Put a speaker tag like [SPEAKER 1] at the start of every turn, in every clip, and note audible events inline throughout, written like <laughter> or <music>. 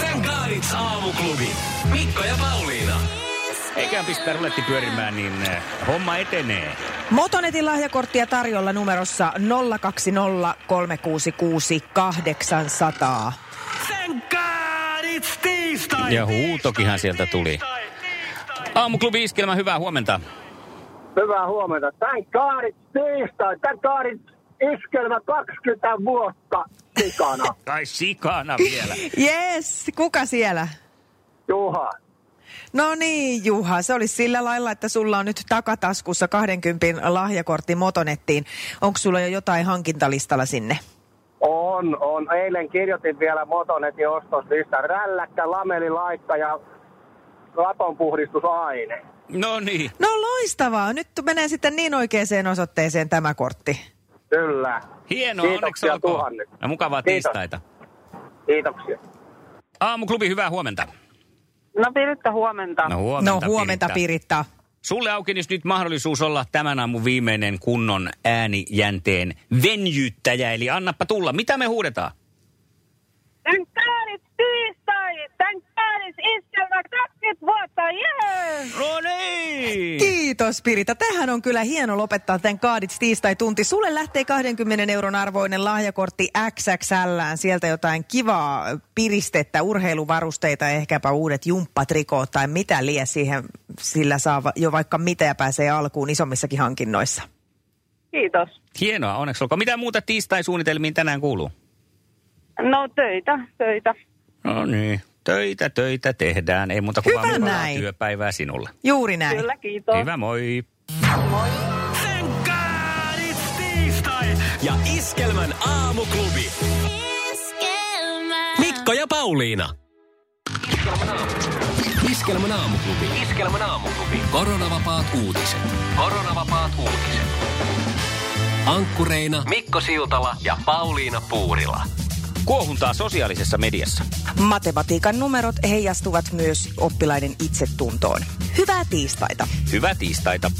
[SPEAKER 1] Thank God it's aamuklubi. Mikko ja Pauliina.
[SPEAKER 2] Eiköhän pistää ruletti pyörimään, niin eh, homma etenee.
[SPEAKER 3] Motonetin lahjakorttia tarjolla numerossa 020366800.
[SPEAKER 1] Thank God it's tiistai.
[SPEAKER 2] Ja huutokihan sieltä tuli. Aamuklubi Iskelmä, hyvää huomenta.
[SPEAKER 4] Hyvää huomenta. Tän kaarit tiistai, tän kaarit iskelmä 20 vuotta sikana.
[SPEAKER 2] Ai sikana vielä.
[SPEAKER 3] Yes, kuka siellä?
[SPEAKER 4] Juha.
[SPEAKER 3] No niin, Juha, se olisi sillä lailla, että sulla on nyt takataskussa 20 lahjakortti Motonettiin. Onko sulla jo jotain hankintalistalla sinne?
[SPEAKER 4] On, on. Eilen kirjoitin vielä Motonetin ostoslista. Rälläkkä, lamelilaikka ja latonpuhdistusaine.
[SPEAKER 2] <laughs> No niin.
[SPEAKER 3] No loistavaa, nyt menee sitten niin oikeaan osoitteeseen tämä kortti.
[SPEAKER 4] Kyllä.
[SPEAKER 2] Hienoa, onneksi
[SPEAKER 4] Kiitoksia
[SPEAKER 2] olkoon.
[SPEAKER 4] tuhannet.
[SPEAKER 2] Ja mukavaa
[SPEAKER 4] Kiitos.
[SPEAKER 2] tiistaita.
[SPEAKER 4] Kiitoksia.
[SPEAKER 2] Aamuklubi, hyvää huomenta.
[SPEAKER 5] No Piritta, huomenta.
[SPEAKER 2] No huomenta,
[SPEAKER 3] no huomenta Piritta.
[SPEAKER 2] Sulle aukenisi nyt mahdollisuus olla tämän aamun viimeinen kunnon äänijänteen venyttäjä, eli annappa tulla. Mitä me huudetaan?
[SPEAKER 5] Tän kaaris tiistai, tän kaaris iskelmä 20 vuotta, jee!
[SPEAKER 2] No niin!
[SPEAKER 3] Kiitos Pirita. Tähän on kyllä hieno lopettaa tämän Kaadits tiistai-tunti. Sulle lähtee 20 euron arvoinen lahjakortti XXL. Sieltä jotain kivaa piristettä, urheiluvarusteita, ehkäpä uudet jumppatrikoot tai mitä lie siihen. Sillä saa va- jo vaikka mitä ja pääsee alkuun isommissakin hankinnoissa.
[SPEAKER 5] Kiitos.
[SPEAKER 2] Hienoa, onneksi olkoon. Mitä muuta tiistai-suunnitelmiin tänään kuuluu?
[SPEAKER 5] No töitä, töitä.
[SPEAKER 2] No niin, töitä, töitä tehdään. Ei muuta kuin
[SPEAKER 3] Hyvä
[SPEAKER 2] vaan mukavaa
[SPEAKER 3] näin.
[SPEAKER 2] työpäivää sinulle.
[SPEAKER 3] Juuri näin.
[SPEAKER 5] Kyllä, kiitos.
[SPEAKER 2] Hyvä, moi.
[SPEAKER 1] Thank God it's tiistai. Ja Iskelmän aamuklubi. Mikko ja Pauliina. Iskelmän aamuklubi. Iskelmän aamuklubi. Koronavapaat uutiset. Koronavapaat uutiset. Ankkureina Mikko Siltala ja Pauliina Puurila.
[SPEAKER 2] Kuohuntaa sosiaalisessa mediassa.
[SPEAKER 3] Matematiikan numerot heijastuvat myös oppilaiden itsetuntoon. Hyvää tiistaita.
[SPEAKER 2] Hyvää tiistaita.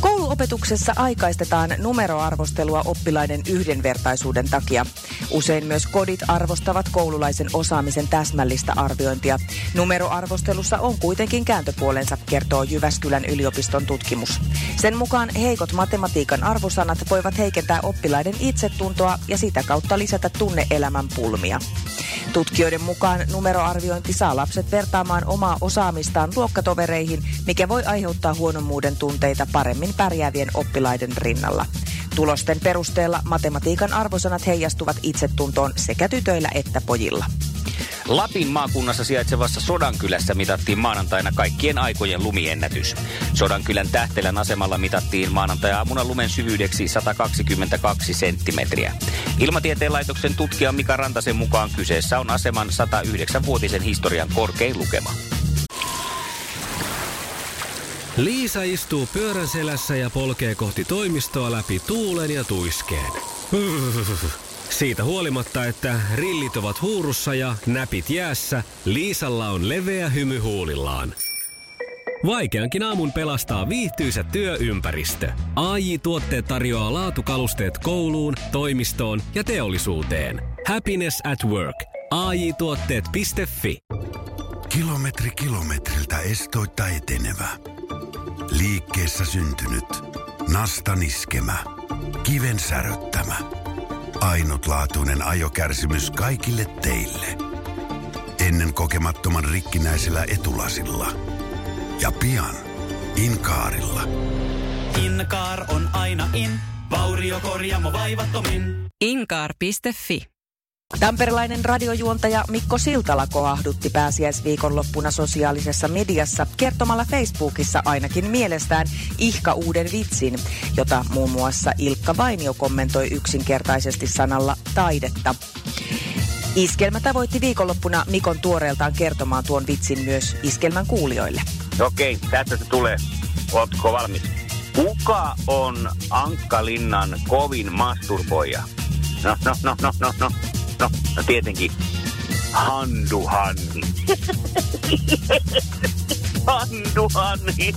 [SPEAKER 3] Kouluopetuksessa aikaistetaan numeroarvostelua oppilaiden yhdenvertaisuuden takia. Usein myös kodit arvostavat koululaisen osaamisen täsmällistä arviointia. Numeroarvostelussa on kuitenkin kääntöpuolensa, kertoo Jyväskylän yliopiston tutkimus. Sen mukaan heikot matematiikan arvosanat voivat heikentää oppilaiden itsetuntoa ja sitä kautta lisätä tunneelämän pulmia. Tutkijoiden mukaan numeroarviointi saa lapset vertaamaan omaa osaamistaan luokkatovereihin, mikä voi aiheuttaa huonommuuden tunteita paremmin pärjäävien oppilaiden rinnalla. Tulosten perusteella matematiikan arvosanat heijastuvat itsetuntoon sekä tytöillä että pojilla.
[SPEAKER 2] Lapin maakunnassa sijaitsevassa Sodankylässä mitattiin maanantaina kaikkien aikojen lumiennätys. Sodankylän Tähtelän asemalla mitattiin maanantai-aamuna lumen syvyydeksi 122 senttimetriä. Ilmatieteen laitoksen tutkija Mika Rantasen mukaan kyseessä on aseman 109-vuotisen historian korkein lukema.
[SPEAKER 1] Liisa istuu pyörän selässä ja polkee kohti toimistoa läpi tuulen ja tuiskeen. Siitä huolimatta, että rillit ovat huurussa ja näpit jäässä, Liisalla on leveä hymy huulillaan. Vaikeankin aamun pelastaa viihtyisä työympäristö. AJ Tuotteet tarjoaa laatukalusteet kouluun, toimistoon ja teollisuuteen. Happiness at work. AJ Tuotteet.fi
[SPEAKER 6] Kilometri kilometriltä estoitta etenevä. Liikkeessä syntynyt. Nasta niskemä. Kiven säröttämä. Ainutlaatuinen ajokärsimys kaikille teille. Ennen kokemattoman rikkinäisellä etulasilla. Ja pian Inkaarilla.
[SPEAKER 7] Inkaar on aina in. Vauriokorjaamo vaivattomin.
[SPEAKER 8] Inkaar.fi.
[SPEAKER 3] Tamperilainen radiojuontaja Mikko Siltala kohahdutti pääsiäisviikonloppuna sosiaalisessa mediassa kertomalla Facebookissa ainakin mielestään ihka uuden vitsin, jota muun muassa Ilkka Vainio kommentoi yksinkertaisesti sanalla taidetta. Iskelmä tavoitti viikonloppuna Mikon tuoreeltaan kertomaan tuon vitsin myös iskelmän kuulijoille.
[SPEAKER 2] Okei, tästä se tulee. Ootko valmis? Kuka on Ankkalinnan kovin masturboija? No, no, no, no, no, no. No, no tietenkin.
[SPEAKER 4] <laughs>
[SPEAKER 2] Handuhanhi. Handuhanhi.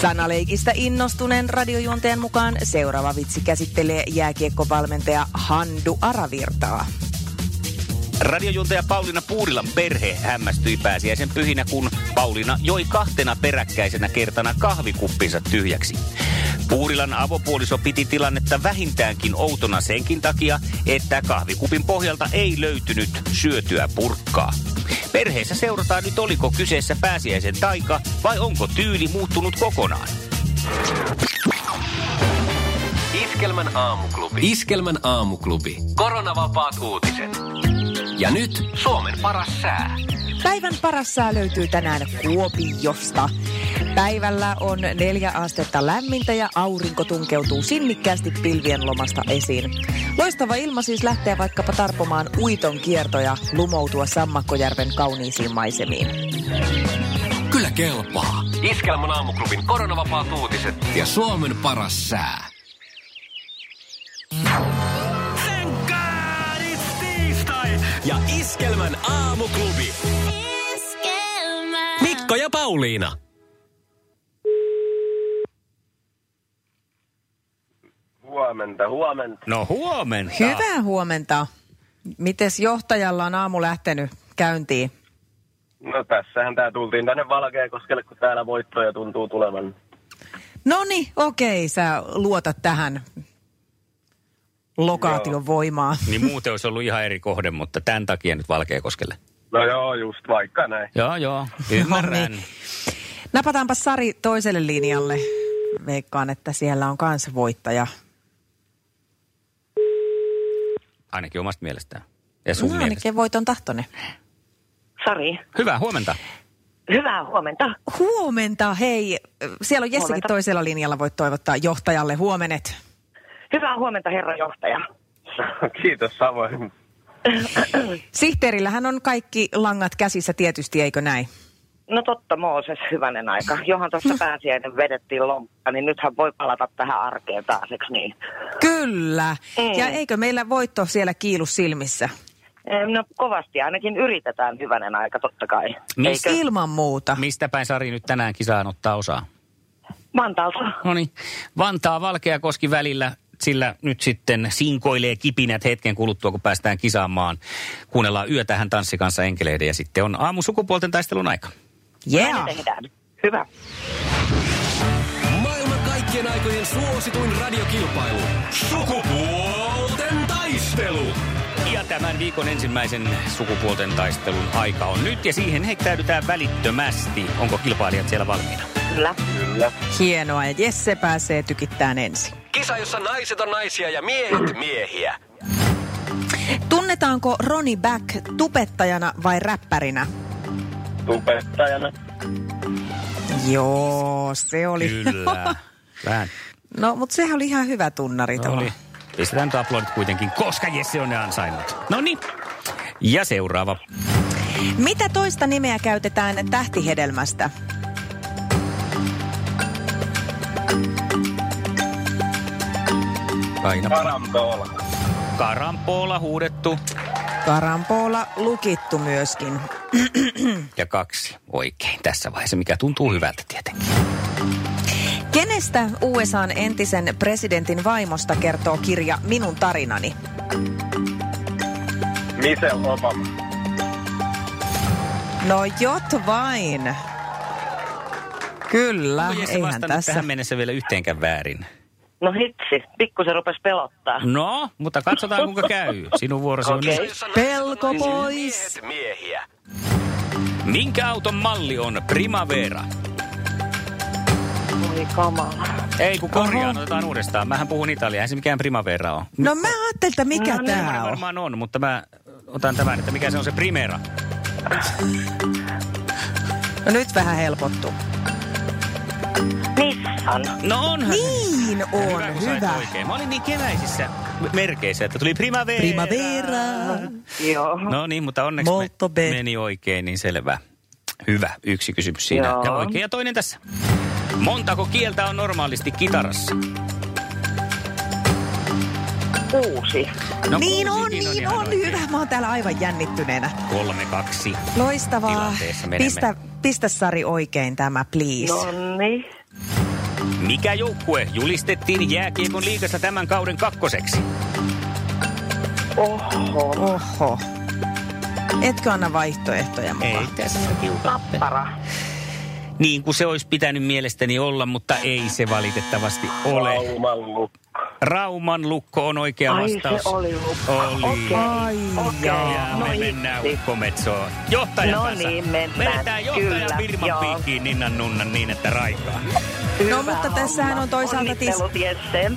[SPEAKER 3] Sanaleikistä innostuneen radiojuonteen mukaan seuraava vitsi käsittelee jääkiekkovalmentaja Handu Aravirtaa.
[SPEAKER 2] Radiojuontaja Pauliina Puurilan perhe hämmästyi pääsiäisen pyhinä, kun Pauliina joi kahtena peräkkäisenä kertana kahvikuppinsa tyhjäksi. Puurilan avopuoliso piti tilannetta vähintäänkin outona senkin takia, että kahvikupin pohjalta ei löytynyt syötyä purkkaa. Perheessä seurataan nyt oliko kyseessä pääsiäisen taika vai onko tyyli muuttunut kokonaan.
[SPEAKER 1] Iskelmän aamuklubi. Iskelmän aamuklubi. Koronavapaat uutiset. Ja nyt Suomen paras sää.
[SPEAKER 3] Päivän paras sää löytyy tänään Kuopiosta. Päivällä on neljä astetta lämmintä ja aurinko tunkeutuu sinnikkäästi pilvien lomasta esiin. Loistava ilma siis lähtee vaikkapa tarpomaan uiton kiertoja lumoutua Sammakkojärven kauniisiin maisemiin.
[SPEAKER 1] Kyllä kelpaa. Iskelmän aamuklubin koronavapaat uutiset. Ja Suomen paras sää. Ja Iskelmän aamuklubi. Mikko ja Pauliina.
[SPEAKER 4] Huomenta, huomenta.
[SPEAKER 2] No huomenta.
[SPEAKER 3] Hyvää huomenta. Mites johtajalla on aamu lähtenyt käyntiin?
[SPEAKER 4] No tässähän tää tultiin tänne Valkeakoskelle, kun täällä voittoja tuntuu tulevan.
[SPEAKER 3] No niin, okei, sä luotat tähän lokaation
[SPEAKER 4] Joo.
[SPEAKER 3] voimaa.
[SPEAKER 2] Niin muuten olisi ollut ihan eri kohde, mutta tämän takia nyt Valkeakoskelle.
[SPEAKER 4] No joo, just vaikka näin. <laughs>
[SPEAKER 2] Joo, joo. Ymmärrän.
[SPEAKER 3] No niin. Napataanpa Sari toiselle linjalle. Veikkaan, että siellä on kans voittaja.
[SPEAKER 2] Ainakin omasta mielestään. Ja sun
[SPEAKER 3] No,
[SPEAKER 2] mielestä.
[SPEAKER 3] ainakin voiton tahtone.
[SPEAKER 5] Sari.
[SPEAKER 2] Hyvää huomenta.
[SPEAKER 5] Hyvää huomenta.
[SPEAKER 3] Huomenta, hei. Siellä on Jessikin
[SPEAKER 5] Huomenta.
[SPEAKER 3] toisella linjalla. Voit toivottaa johtajalle huomenet.
[SPEAKER 5] Hyvää huomenta, herra johtaja.
[SPEAKER 4] Kiitos samoin.
[SPEAKER 3] Sihteerillähän on kaikki langat käsissä tietysti, eikö näin?
[SPEAKER 5] No totta, Mooses, hyvänen aika. Johan tuossa pääsiäinen vedettiin lomppa, niin nythän voi palata tähän arkeen taas, eikö niin?
[SPEAKER 3] Kyllä.
[SPEAKER 5] Mm.
[SPEAKER 3] Ja eikö meillä voitto siellä kiilu silmissä?
[SPEAKER 5] Em, No kovasti ainakin yritetään hyvänen aika, totta kai.
[SPEAKER 2] Mis-
[SPEAKER 5] Eikö?
[SPEAKER 3] Ilman muuta.
[SPEAKER 2] Mistä päin Sari nyt tänään kisaan ottaa osaa?
[SPEAKER 5] Mantaalta.
[SPEAKER 2] No niin, Vantaa Valkeakoski välillä, sillä nyt sitten sinkoilee kipinät hetken kuluttua, kun päästään kisaamaan. Kuunnellaan yötä hän tanssi kanssa enkeleiden ja sitten on aamu sukupuolten taistelun aika.
[SPEAKER 3] Yeah.
[SPEAKER 5] Näin tehdään. Hyvä.
[SPEAKER 1] Maailman kaikkien aikojen suosituin radiokilpailu. Sukupuolten taistelu.
[SPEAKER 2] Ja tämän viikon ensimmäisen sukupuolten taistelun aika on nyt ja siihen heittäydytään välittömästi. Onko kilpailijat siellä valmiina?
[SPEAKER 5] Kyllä.
[SPEAKER 4] Kyllä.
[SPEAKER 3] Hienoa. Ja Jesse pääsee tykittämään ensin.
[SPEAKER 1] Kisa, jossa naiset on naisia ja miehet miehiä.
[SPEAKER 3] Tunnetaanko Ronnie Back tupettajana vai räppärinä?
[SPEAKER 4] Tupettajana.
[SPEAKER 3] Joo, se oli.
[SPEAKER 2] Kyllä. Vähän.
[SPEAKER 3] <laughs> No, mutta sehän oli ihan hyvä tunnari no,
[SPEAKER 2] Oli. Ah. Pistetään nyt aplodit kuitenkin, koska Jesse on ne ansainnut. No niin. Ja seuraava.
[SPEAKER 3] Mitä toista nimeä käytetään tähtihedelmästä?
[SPEAKER 2] Aina.
[SPEAKER 4] Parantola.
[SPEAKER 2] Karampola huudettu.
[SPEAKER 3] Karampola lukittu myöskin.
[SPEAKER 2] Ja kaksi oikein tässä vaiheessa, mikä tuntuu hyvältä tietenkin.
[SPEAKER 3] Kenestä USAn entisen presidentin vaimosta kertoo kirja Minun tarinani?
[SPEAKER 4] Michelle Obama.
[SPEAKER 3] No jot vain. Kyllä,
[SPEAKER 2] Onko Jesse
[SPEAKER 3] eihän
[SPEAKER 2] vastannut
[SPEAKER 3] tässä.
[SPEAKER 2] tähän mennessä vielä yhteenkään väärin?
[SPEAKER 5] No hitsi, pikkusen rupes pelottaa.
[SPEAKER 2] No, mutta katsotaan kuinka käy. Sinun vuorosi on
[SPEAKER 5] Okei.
[SPEAKER 2] nyt.
[SPEAKER 3] Pelko pois.
[SPEAKER 1] Miehiä.
[SPEAKER 2] Minkä auton malli on Primavera?
[SPEAKER 5] Voi kamala.
[SPEAKER 2] Ei kun korjaan, otetaan uudestaan. Mähän puhun italiaa, ei se mikään Primavera on.
[SPEAKER 3] No mä ajattelin, että mikä
[SPEAKER 5] No
[SPEAKER 3] no,
[SPEAKER 5] niin,
[SPEAKER 3] tää on.
[SPEAKER 2] Varmaan on, mutta mä otan tämän, että mikä se on se Primera.
[SPEAKER 3] No nyt vähän helpottu.
[SPEAKER 5] Nissan.
[SPEAKER 2] No onhan. se.
[SPEAKER 3] Niin on,
[SPEAKER 2] No Hyvä, kun sait
[SPEAKER 3] hyvä.
[SPEAKER 2] Oikein. Mä olin niin keväisissä merkeissä, että tuli primavera.
[SPEAKER 3] Primavera.
[SPEAKER 5] Joo.
[SPEAKER 2] No niin, mutta onneksi
[SPEAKER 3] Molto
[SPEAKER 2] me,
[SPEAKER 3] bene.
[SPEAKER 2] meni oikein, niin selvä. Hyvä, yksi kysymys siinä.
[SPEAKER 5] Joo.
[SPEAKER 2] Ja oikein ja toinen tässä. Montako kieltä on normaalisti kitarassa?
[SPEAKER 5] Kuusi.
[SPEAKER 2] No,
[SPEAKER 3] niin on,
[SPEAKER 2] kuusikin
[SPEAKER 3] niin
[SPEAKER 2] ihan
[SPEAKER 3] on,
[SPEAKER 2] oikein.
[SPEAKER 3] hyvä. Mä oon täällä aivan jännittyneenä.
[SPEAKER 2] Kolme, kaksi.
[SPEAKER 3] Loistavaa.
[SPEAKER 2] Tilanteessa menemme.
[SPEAKER 3] Pistä, pistä Sari oikein tämä, please.
[SPEAKER 5] No niin.
[SPEAKER 2] Mikä joukkue julistettiin jääkiekon liigassa tämän kauden kakkoseksi?
[SPEAKER 5] Oho.
[SPEAKER 3] Oho. Etkö anna vaihtoehtoja mukaan?
[SPEAKER 2] tässä
[SPEAKER 5] Tappara.
[SPEAKER 2] Niin kuin se olisi pitänyt mielestäni olla, mutta ei se valitettavasti ole.
[SPEAKER 4] Aumallu.
[SPEAKER 2] Rauman lukko on oikea
[SPEAKER 5] Ai
[SPEAKER 2] vastaus.
[SPEAKER 5] se oli lukko.
[SPEAKER 2] Oli.
[SPEAKER 5] Okei.
[SPEAKER 3] Ai
[SPEAKER 5] Okei.
[SPEAKER 2] Ja
[SPEAKER 5] No
[SPEAKER 2] me
[SPEAKER 5] hitsi.
[SPEAKER 2] mennään ukkometsoon. Johtajan
[SPEAKER 5] No
[SPEAKER 2] kanssa.
[SPEAKER 5] niin, mennään.
[SPEAKER 2] Menetään johtajan
[SPEAKER 5] Kyllä,
[SPEAKER 2] firman
[SPEAKER 5] joo.
[SPEAKER 2] piikkiin Ninnan Nunnan niin, että raikaa.
[SPEAKER 5] Hyvä
[SPEAKER 3] No, mutta tässähän on toisaalta tis-
[SPEAKER 5] Onnittelut Jesse.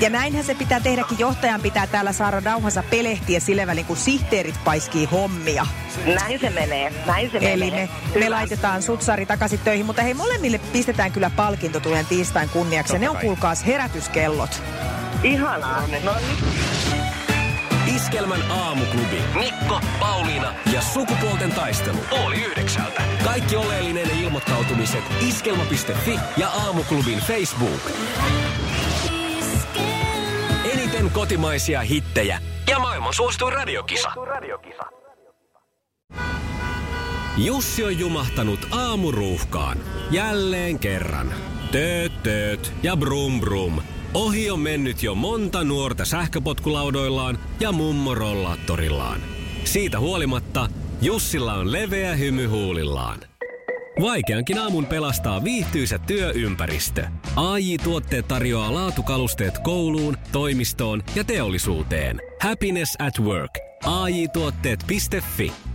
[SPEAKER 3] Ja näinhän se pitää tehdäkin. Johtajan pitää täällä saada nauhansa pelehtiä sillä välin, kun sihteerit paiskii hommia.
[SPEAKER 5] Näin se menee. Näin se
[SPEAKER 3] Eli
[SPEAKER 5] menee.
[SPEAKER 3] me, me laitetaan sutsari takaisin töihin, mutta hei molemmille pistetään kyllä palkinto tulen tiistain kunniaksi. Ja Ne on kuulkaas herätyskellot.
[SPEAKER 5] Ihanaa. No niin.
[SPEAKER 1] Iskelmän aamuklubi. Mikko, Pauliina ja sukupuolten taistelu. Oli yhdeksältä. Kaikki oleellinen ilmoittautumiset iskelma.fi ja aamuklubin Facebook. Eniten kotimaisia hittejä ja maailman suosituin radiokisa. Jussi on jumahtanut aamuruuhkaan. Jälleen kerran. Tööt, tööt ja brum brum. Ohi on mennyt jo monta nuorta sähköpotkulaudoillaan ja mummorollaattorillaan. Siitä huolimatta Jussilla on leveä hymy huulillaan. Vaikeankin aamun pelastaa viihtyisä työympäristö. AI Tuotteet tarjoaa laatukalusteet kouluun, toimistoon ja teollisuuteen. Happiness at work. AJ Tuotteet.fi.